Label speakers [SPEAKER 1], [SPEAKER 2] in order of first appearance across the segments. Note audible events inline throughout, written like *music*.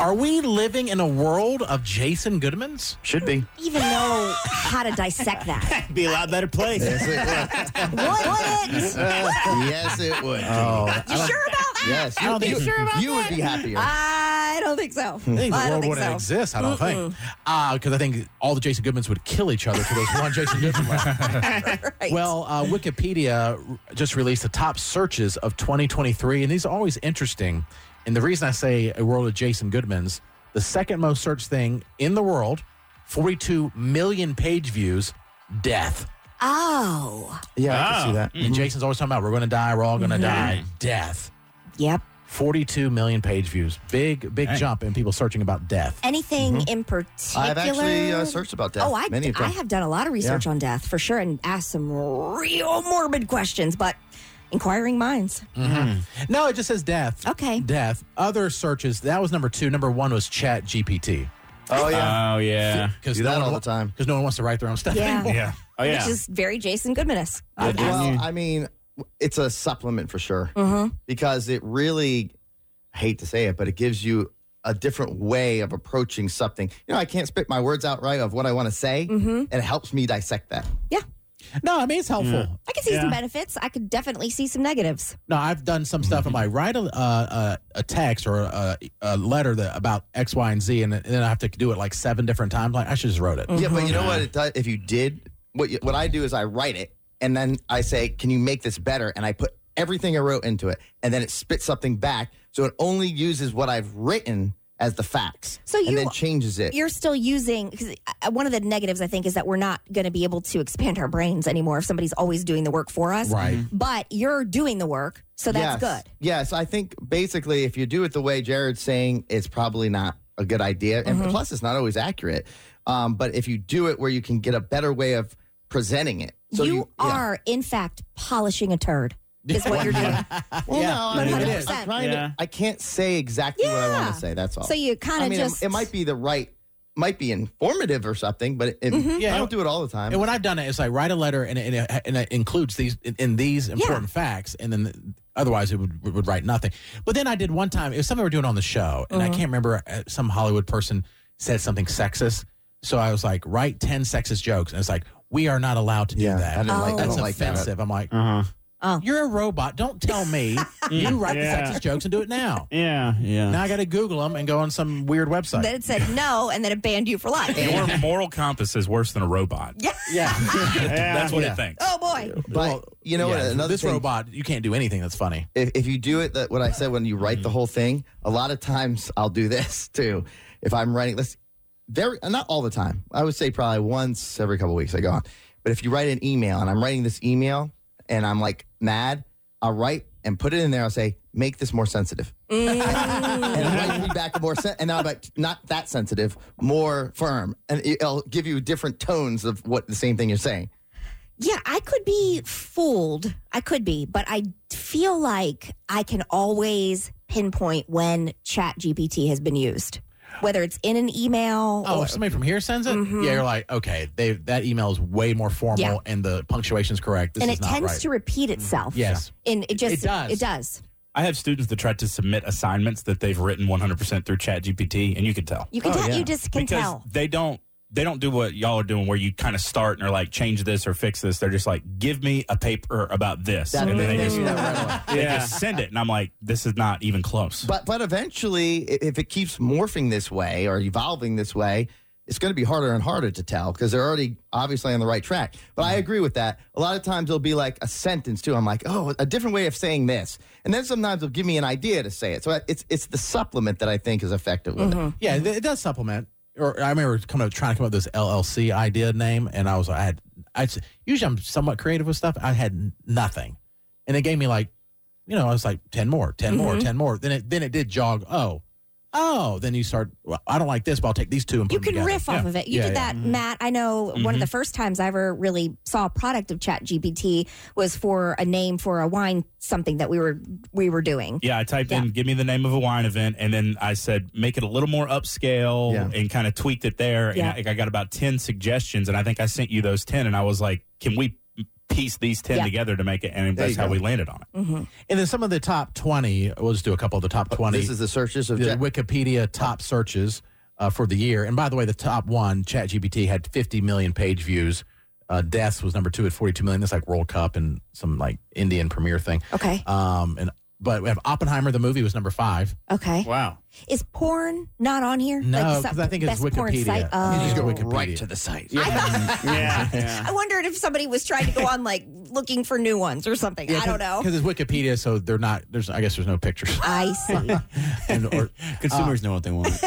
[SPEAKER 1] Are we living in a world of Jason Goodmans?
[SPEAKER 2] Should be.
[SPEAKER 3] Even know how to dissect that.
[SPEAKER 4] *laughs* Be a lot better place.
[SPEAKER 2] Yes, it would.
[SPEAKER 3] What
[SPEAKER 2] *laughs*
[SPEAKER 3] would it?
[SPEAKER 2] yes, it would. Oh,
[SPEAKER 3] You sure about that?
[SPEAKER 2] yes.
[SPEAKER 3] You,
[SPEAKER 2] You,
[SPEAKER 3] sure about
[SPEAKER 2] you would
[SPEAKER 3] that?
[SPEAKER 2] be happier.
[SPEAKER 3] I don't think so.
[SPEAKER 1] I think the
[SPEAKER 3] I don't
[SPEAKER 1] world
[SPEAKER 3] think
[SPEAKER 1] wouldn't
[SPEAKER 3] so.
[SPEAKER 1] exist. I don't think. Because I think all the Jason Goodmans would kill each other for those one Jason Goodman.
[SPEAKER 2] *laughs*
[SPEAKER 1] left.
[SPEAKER 3] Right.
[SPEAKER 1] Well, uh, Wikipedia r- just released the top searches of 2023, and these are always interesting. And the reason I say a world of Jason Goodmans, the second most searched thing in the world, 42 million page views, death.
[SPEAKER 3] oh,
[SPEAKER 2] yeah, I
[SPEAKER 4] Oh.
[SPEAKER 2] can see that.
[SPEAKER 1] And Jason's always talking about we're going to die, we're all going to
[SPEAKER 2] Mm-hmm.
[SPEAKER 1] die, death.
[SPEAKER 3] yep.
[SPEAKER 1] 42 million page views. Big, big
[SPEAKER 4] Dang.
[SPEAKER 1] jump in people searching about death.
[SPEAKER 3] Anything in particular?
[SPEAKER 2] Mm-hmm. I've actually uh, searched about death.
[SPEAKER 3] Oh, I,
[SPEAKER 2] many of
[SPEAKER 3] I
[SPEAKER 2] them.
[SPEAKER 3] have done a lot of research on death for sure and asked some real morbid questions, but inquiring minds.
[SPEAKER 1] Mm-hmm. No, it just says death.
[SPEAKER 3] uh-huh. Okay.
[SPEAKER 1] Death. Other searches, that was number two. Number one was Chat GPT.
[SPEAKER 2] Oh yeah.
[SPEAKER 4] Oh yeah.
[SPEAKER 1] Because
[SPEAKER 2] Do that all the time.
[SPEAKER 1] Because no one wants to write their own stuff
[SPEAKER 3] Yeah.
[SPEAKER 1] anymore.
[SPEAKER 4] Yeah. Oh yeah.
[SPEAKER 3] Which is very Jason Goodmanist.
[SPEAKER 2] well, I mean, it's a supplement for sure
[SPEAKER 3] Uh-huh.
[SPEAKER 2] because it really I hate to say it, but it gives you a different way of approaching something. You know, I can't spit my words out right of what I want to say,
[SPEAKER 3] Mm-hmm.
[SPEAKER 2] and it helps me dissect that.
[SPEAKER 3] Yeah.
[SPEAKER 1] No, I mean, it's helpful.
[SPEAKER 3] I could see some
[SPEAKER 4] Yeah.
[SPEAKER 3] benefits. I could definitely see some negatives.
[SPEAKER 1] No, I've done some stuff.
[SPEAKER 4] Mm-hmm.
[SPEAKER 1] I'm like, write a, uh, a, a text or a, a letter that, about X, Y, and Z, and, then- and then I have to do it like seven different times. Like, I should just wrote it.
[SPEAKER 3] Mm-hmm.
[SPEAKER 2] Yeah, but you know
[SPEAKER 3] Uh-huh.
[SPEAKER 2] what it does? If you did what you, what I do is I write it, and then I say, "Can you make this better?" And I put everything I wrote into it, and then it spits something back. So it only uses what I've written as the facts,
[SPEAKER 3] So you-
[SPEAKER 2] and then changes it.
[SPEAKER 3] You're still using, because one of the negatives I think is that we're not going to be able to expand our brains anymore if somebody's always doing the work for us.
[SPEAKER 1] Right. Mhm.
[SPEAKER 3] But you're doing the work, so that's
[SPEAKER 2] yes.
[SPEAKER 3] good.
[SPEAKER 2] Yes, I think basically if you do it the way Jared's saying, it's probably not a good idea, and
[SPEAKER 3] Mm-hmm.
[SPEAKER 2] plus it's not always accurate. Um, but if you do it where you can get a better way of presenting it,
[SPEAKER 3] you,
[SPEAKER 2] yeah.
[SPEAKER 3] are, in fact, polishing a
[SPEAKER 2] *laughs*
[SPEAKER 3] turd, is what you're doing.
[SPEAKER 2] Well,
[SPEAKER 1] Yeah,
[SPEAKER 2] no, I mean,
[SPEAKER 3] 100%.
[SPEAKER 2] I'm trying
[SPEAKER 4] Yeah.
[SPEAKER 2] to. I can't say exactly what I want
[SPEAKER 3] Yeah.
[SPEAKER 2] to say. That's all.
[SPEAKER 3] So you kind
[SPEAKER 2] I
[SPEAKER 3] of
[SPEAKER 2] mean, it-
[SPEAKER 3] just.
[SPEAKER 2] it, might be the right, might be informative or something, but it, it-
[SPEAKER 1] Yeah.
[SPEAKER 2] I don't do it all the time.
[SPEAKER 1] And when I've done it, it's like write a letter and it, and it, and it includes these in, in these important facts, and then otherwise it would, would write nothing. But then I did one time it was something we were doing on the show, and I
[SPEAKER 2] Uh-huh.
[SPEAKER 1] can't remember uh, some Hollywood person said something sexist, so I was like write ten sexist jokes, and it's like we are not allowed to
[SPEAKER 2] yeah,
[SPEAKER 1] do that.
[SPEAKER 2] I didn't like. I
[SPEAKER 1] That's
[SPEAKER 2] don't like that.
[SPEAKER 1] offensive. I'm like,
[SPEAKER 4] Uh huh.
[SPEAKER 3] oh.
[SPEAKER 1] you're a robot. Don't tell
[SPEAKER 2] *laughs*
[SPEAKER 1] me you write
[SPEAKER 4] Yeah.
[SPEAKER 1] the sexist jokes and do it now.
[SPEAKER 4] Yeah.
[SPEAKER 1] Now
[SPEAKER 4] Yeah.
[SPEAKER 1] I got to Google them and go on some weird website.
[SPEAKER 3] Then it said no, and then it banned you for
[SPEAKER 2] *laughs*
[SPEAKER 3] life.
[SPEAKER 5] Your moral compass is worse than a robot.
[SPEAKER 3] *laughs* yeah.
[SPEAKER 1] yeah,
[SPEAKER 5] That's what
[SPEAKER 4] Yeah.
[SPEAKER 5] it thinks.
[SPEAKER 3] Oh
[SPEAKER 2] *laughs*
[SPEAKER 3] boy.
[SPEAKER 2] But you know
[SPEAKER 1] Yeah,
[SPEAKER 2] what? Another
[SPEAKER 1] this
[SPEAKER 2] thing,
[SPEAKER 1] robot, you can't do anything that's funny.
[SPEAKER 2] if, if you do it, that what I said when you write
[SPEAKER 1] Mm-hmm.
[SPEAKER 2] the whole thing, a lot of times I'll do this *laughs* too. If I'm writing, let's very not all the time. I would say probably once every couple of weeks I go on. But if you write an email and I'm writing this email and I'm like mad, I'll write and put it in there. I'll say make this more sensitive.
[SPEAKER 3] Mm.
[SPEAKER 2] and it might be back more sen- and now I'm like not that sensitive, more firm, and it'll give you different tones of what the same thing you're saying.
[SPEAKER 3] Yeah, I could be fooled. I could be, but I feel like I can always pinpoint when Chat GPT has been used, whether it's in an email
[SPEAKER 1] Oh,
[SPEAKER 3] or.
[SPEAKER 1] if somebody from here sends it, yeah, you're like, okay, they that email is way more formal
[SPEAKER 3] Mm-hmm. Yeah.
[SPEAKER 1] and the punctuation's correct. This
[SPEAKER 3] and
[SPEAKER 1] is
[SPEAKER 3] it
[SPEAKER 1] not
[SPEAKER 3] tends
[SPEAKER 1] right. Mm-hmm.
[SPEAKER 3] to repeat itself.
[SPEAKER 1] Yes.
[SPEAKER 3] And it just
[SPEAKER 1] It does.
[SPEAKER 3] It does.
[SPEAKER 5] I have students that try to submit assignments that they've written 100% through ChatGPT, and you can tell.
[SPEAKER 3] You can
[SPEAKER 2] Oh,
[SPEAKER 3] tell
[SPEAKER 2] yeah.
[SPEAKER 3] you just can
[SPEAKER 5] because
[SPEAKER 3] tell.
[SPEAKER 5] they don't they don't do what y'all are doing where you kind of start and are like change this or fix this. They're just like give me a paper about this
[SPEAKER 2] That-
[SPEAKER 5] and then they
[SPEAKER 2] they
[SPEAKER 5] just,
[SPEAKER 2] do that right away.
[SPEAKER 5] *laughs* they just send it and I'm like this is not even close.
[SPEAKER 2] But but eventually, i- if it keeps morphing this way or evolving this way, it's going to be harder and harder to tell because they're already obviously on the right track. But
[SPEAKER 3] Mm-hmm.
[SPEAKER 2] I agree with that. A lot of times it'll be like a sentence too. I'm like, oh, a different way of saying this, and then sometimes it'll give me an idea to say it. So I- it's it's the supplement that I think is effective with
[SPEAKER 3] Mm-hmm.
[SPEAKER 2] it.
[SPEAKER 1] yeah, it, Mm-hmm. it does supplement. Or I remember coming up trying to come up with this LLC idea name, and I was like, I had, I s- usually I'm somewhat creative with stuff. I had n- nothing, and it gave me like, you know, I was like ten more, 10 more,
[SPEAKER 3] Mm-hmm.
[SPEAKER 1] ten more. Then it then it did jog. Oh, oh. Then you start. Well, I don't like this, but I'll take these two and put
[SPEAKER 3] You
[SPEAKER 1] them
[SPEAKER 3] can
[SPEAKER 1] together.
[SPEAKER 3] riff off
[SPEAKER 1] Yeah.
[SPEAKER 3] of it. You
[SPEAKER 1] Yeah,
[SPEAKER 3] did
[SPEAKER 1] yeah. Mm-hmm.
[SPEAKER 3] that, Matt. I know one of the first times I ever really saw a product of Chat GPT was for a name for a wine something that we were we were doing.
[SPEAKER 5] yeah, I typed
[SPEAKER 3] Yeah.
[SPEAKER 5] in give me the name of a wine event and then I said make it a little more upscale
[SPEAKER 2] Yeah.
[SPEAKER 5] and kind of tweaked it there
[SPEAKER 3] Yeah.
[SPEAKER 5] and I, I got about 10 suggestions and I think I sent you those 10 and I was like can we piece these 10
[SPEAKER 3] Yeah.
[SPEAKER 5] together to make it, and
[SPEAKER 2] There
[SPEAKER 5] that's
[SPEAKER 2] you
[SPEAKER 5] how
[SPEAKER 2] go.
[SPEAKER 5] we landed on it.
[SPEAKER 3] Mm-hmm.
[SPEAKER 1] And then some of the top 20, we'll just do a couple of the top 20.
[SPEAKER 2] This is the searches of
[SPEAKER 1] the
[SPEAKER 2] Jack-
[SPEAKER 1] Wikipedia top searches uh, for the year. And by the way, the top one, ChatGPT, had 50 million page views. Uh, deaths was number two at 42 million. That's like World Cup and some like Indian premiere thing.
[SPEAKER 3] Okay.
[SPEAKER 1] Um, and but we have Oppenheimer the movie was number five.
[SPEAKER 3] Okay.
[SPEAKER 5] Wow.
[SPEAKER 3] Is porn not on here?
[SPEAKER 1] No,
[SPEAKER 3] Like,
[SPEAKER 1] 'cause I think it's
[SPEAKER 3] best porn
[SPEAKER 1] Wikipedia.
[SPEAKER 3] site?
[SPEAKER 1] You
[SPEAKER 3] Oh.
[SPEAKER 1] just go- Wikipedia.
[SPEAKER 2] right to the site.
[SPEAKER 3] I thought- *laughs*
[SPEAKER 5] *laughs* Yeah.
[SPEAKER 3] I wondered if somebody was trying to go on like looking for new ones or something. I don't know.
[SPEAKER 1] because it's Wikipedia, so they're not. There's I guess there's no pictures. *laughs*
[SPEAKER 3] I see.
[SPEAKER 1] and, or,
[SPEAKER 5] Consumers know what they want.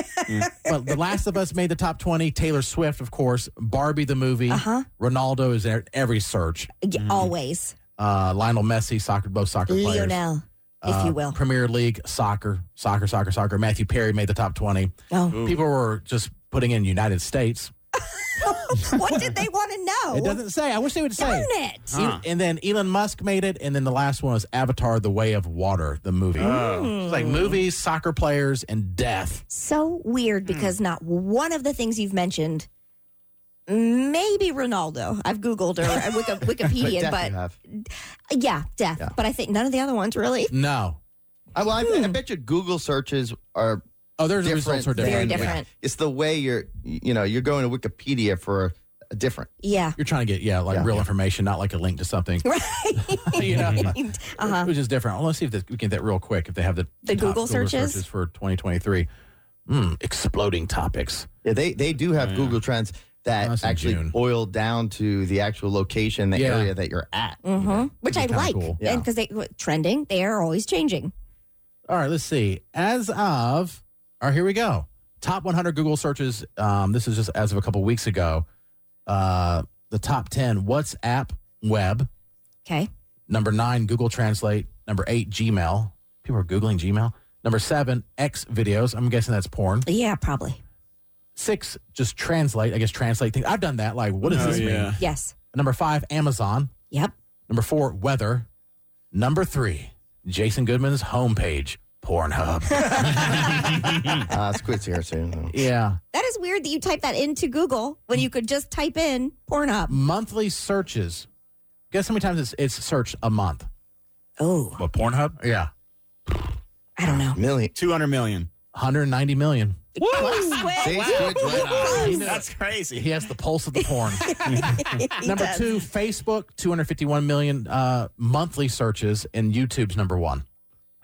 [SPEAKER 1] but The Last of Us made the top 20. Taylor Swift, of course. Barbie the movie.
[SPEAKER 3] Uh-huh.
[SPEAKER 1] Ronaldo is at every search.
[SPEAKER 3] Yeah, Always.
[SPEAKER 1] Uh, Lionel Messi, soccer, both soccer players.
[SPEAKER 3] Lionel, if
[SPEAKER 1] Uh,
[SPEAKER 3] you will.
[SPEAKER 1] Premier League soccer, soccer, soccer, soccer. Matthew Perry made the top 20. *laughs*
[SPEAKER 3] Oh. *laughs*
[SPEAKER 5] Ooh.
[SPEAKER 1] People were just putting in United States.
[SPEAKER 3] what did they want to know?
[SPEAKER 1] It doesn't say. I wish they would say.
[SPEAKER 3] Darn
[SPEAKER 1] it.
[SPEAKER 3] it.
[SPEAKER 1] E- And then Elon Musk made it. And then the last one was Avatar The Way of Water, the movie.
[SPEAKER 3] Uh,
[SPEAKER 5] Uh.
[SPEAKER 2] Oh.
[SPEAKER 1] It's like movies, soccer players, and death.
[SPEAKER 3] So weird because
[SPEAKER 1] Hmm.
[SPEAKER 3] not one of the things you've mentioned, maybe Ronaldo. I've Googled or uh,
[SPEAKER 1] *laughs*
[SPEAKER 3] Wiki,
[SPEAKER 2] But
[SPEAKER 3] Wikipedia,
[SPEAKER 2] Jack
[SPEAKER 3] but
[SPEAKER 2] you have.
[SPEAKER 3] yeah, death. But I think none of the other ones really.
[SPEAKER 1] No.
[SPEAKER 2] I, well, I, I bet your Google searches are
[SPEAKER 1] Oh, their results
[SPEAKER 2] different.
[SPEAKER 1] are different.
[SPEAKER 3] Very
[SPEAKER 2] than-
[SPEAKER 3] different.
[SPEAKER 2] It's the way you're, you know, you're going to Wikipedia for a different.
[SPEAKER 3] Yeah.
[SPEAKER 1] You're trying to get, yeah, like
[SPEAKER 2] Yeah.
[SPEAKER 1] real information, not like a link to
[SPEAKER 3] *laughs*
[SPEAKER 1] something.
[SPEAKER 3] Right.
[SPEAKER 1] you know, *laughs*
[SPEAKER 3] Uh-huh.
[SPEAKER 1] which is different. Well, let's see if this, we can get that real quick. If they have the,
[SPEAKER 3] The
[SPEAKER 1] top
[SPEAKER 3] Google searches?
[SPEAKER 1] for 2023, mm, exploding topics.
[SPEAKER 2] Yeah, they they do have Google Trends that
[SPEAKER 1] That's in
[SPEAKER 2] actually
[SPEAKER 1] June.
[SPEAKER 2] boil down to the actual location, the
[SPEAKER 1] Yeah.
[SPEAKER 2] area that you're at.
[SPEAKER 3] hmm Which I
[SPEAKER 1] It'd be kinda
[SPEAKER 3] like.
[SPEAKER 1] cool.
[SPEAKER 2] Yeah.
[SPEAKER 3] And because they trending, they are always changing.
[SPEAKER 1] All right, let's see. As of, all right, here we go. Top 100 Google searches. Um, this is just as of a couple weeks ago. Uh, the top 10 WhatsApp web.
[SPEAKER 3] Okay.
[SPEAKER 1] Number nine, Google Translate. Number eight, Gmail. People are Googling Gmail. Number seven, X videos. I'm guessing that's porn.
[SPEAKER 3] Yeah, probably.
[SPEAKER 1] Six, just translate. I guess translate things. I've done that. Like, what does
[SPEAKER 5] Oh,
[SPEAKER 1] this mean?
[SPEAKER 5] yeah.
[SPEAKER 3] Yes.
[SPEAKER 1] Number five, Amazon.
[SPEAKER 3] Yep.
[SPEAKER 1] Number four, weather. Number three, Jason Goodman's homepage,
[SPEAKER 5] *laughs*
[SPEAKER 1] Pornhub.
[SPEAKER 2] Uh, Squid's here soon.
[SPEAKER 1] *laughs* yeah.
[SPEAKER 3] That is weird that you type that into Google when you could just type in Pornhub.
[SPEAKER 1] Monthly searches. Guess how many times it's, it's searched a month?
[SPEAKER 3] Oh,
[SPEAKER 5] But Pornhub?
[SPEAKER 1] Yeah.
[SPEAKER 3] I don't know.
[SPEAKER 2] Million.
[SPEAKER 5] 200 million.
[SPEAKER 1] 190 million.
[SPEAKER 2] See,
[SPEAKER 3] Squid.
[SPEAKER 2] Squid's right on.
[SPEAKER 5] That's crazy.
[SPEAKER 1] He has the pulse
[SPEAKER 3] *laughs*
[SPEAKER 1] of the porn.
[SPEAKER 3] He
[SPEAKER 1] number
[SPEAKER 3] does.
[SPEAKER 1] two, Facebook, 251 million uh, monthly searches, and YouTube's number one.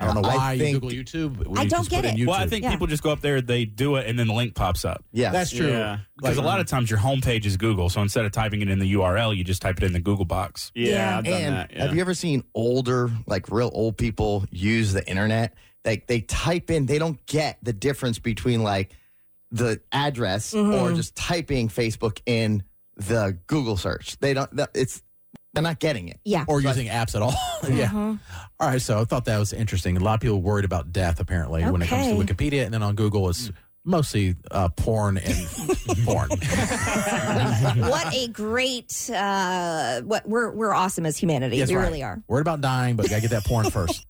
[SPEAKER 1] I don't know
[SPEAKER 2] I
[SPEAKER 1] why you
[SPEAKER 2] think-
[SPEAKER 1] Google YouTube.
[SPEAKER 3] I
[SPEAKER 1] You
[SPEAKER 3] don't
[SPEAKER 1] just
[SPEAKER 3] get
[SPEAKER 1] put in
[SPEAKER 3] it.
[SPEAKER 5] Well, I
[SPEAKER 1] YouTube.
[SPEAKER 5] think
[SPEAKER 3] Yeah.
[SPEAKER 5] people just go up there, they do it, and then the link pops up.
[SPEAKER 2] Yes.
[SPEAKER 1] That's true.
[SPEAKER 5] Because
[SPEAKER 1] Like-
[SPEAKER 5] a
[SPEAKER 2] uh-huh.
[SPEAKER 5] lot of times your homepage is Google. So instead of typing it in the URL, you just type it in the Google box.
[SPEAKER 4] Yeah,
[SPEAKER 3] Yeah.
[SPEAKER 4] I've done
[SPEAKER 2] And
[SPEAKER 4] that. Yeah.
[SPEAKER 2] have you ever seen older, like real old people use the internet? Like they type in, they don't get the difference between like the address
[SPEAKER 4] Mm-hmm.
[SPEAKER 2] or just typing Facebook in the Google search. They don't. that- It's they're not getting it.
[SPEAKER 3] Yeah.
[SPEAKER 1] or using apps at all. *laughs* yeah.
[SPEAKER 3] Uh-huh.
[SPEAKER 1] All right. So I thought that was interesting. A lot of people worried about death apparently when it comes to
[SPEAKER 3] Okay.
[SPEAKER 1] Wikipedia, and then on Google it's mostly uh, porn
[SPEAKER 3] *laughs*
[SPEAKER 1] and porn. *laughs*
[SPEAKER 3] what a great uh what we're we're awesome as humanity.
[SPEAKER 1] Yes,
[SPEAKER 3] we
[SPEAKER 1] right.
[SPEAKER 3] really are.
[SPEAKER 1] Worried about dying, but you gotta get that porn first.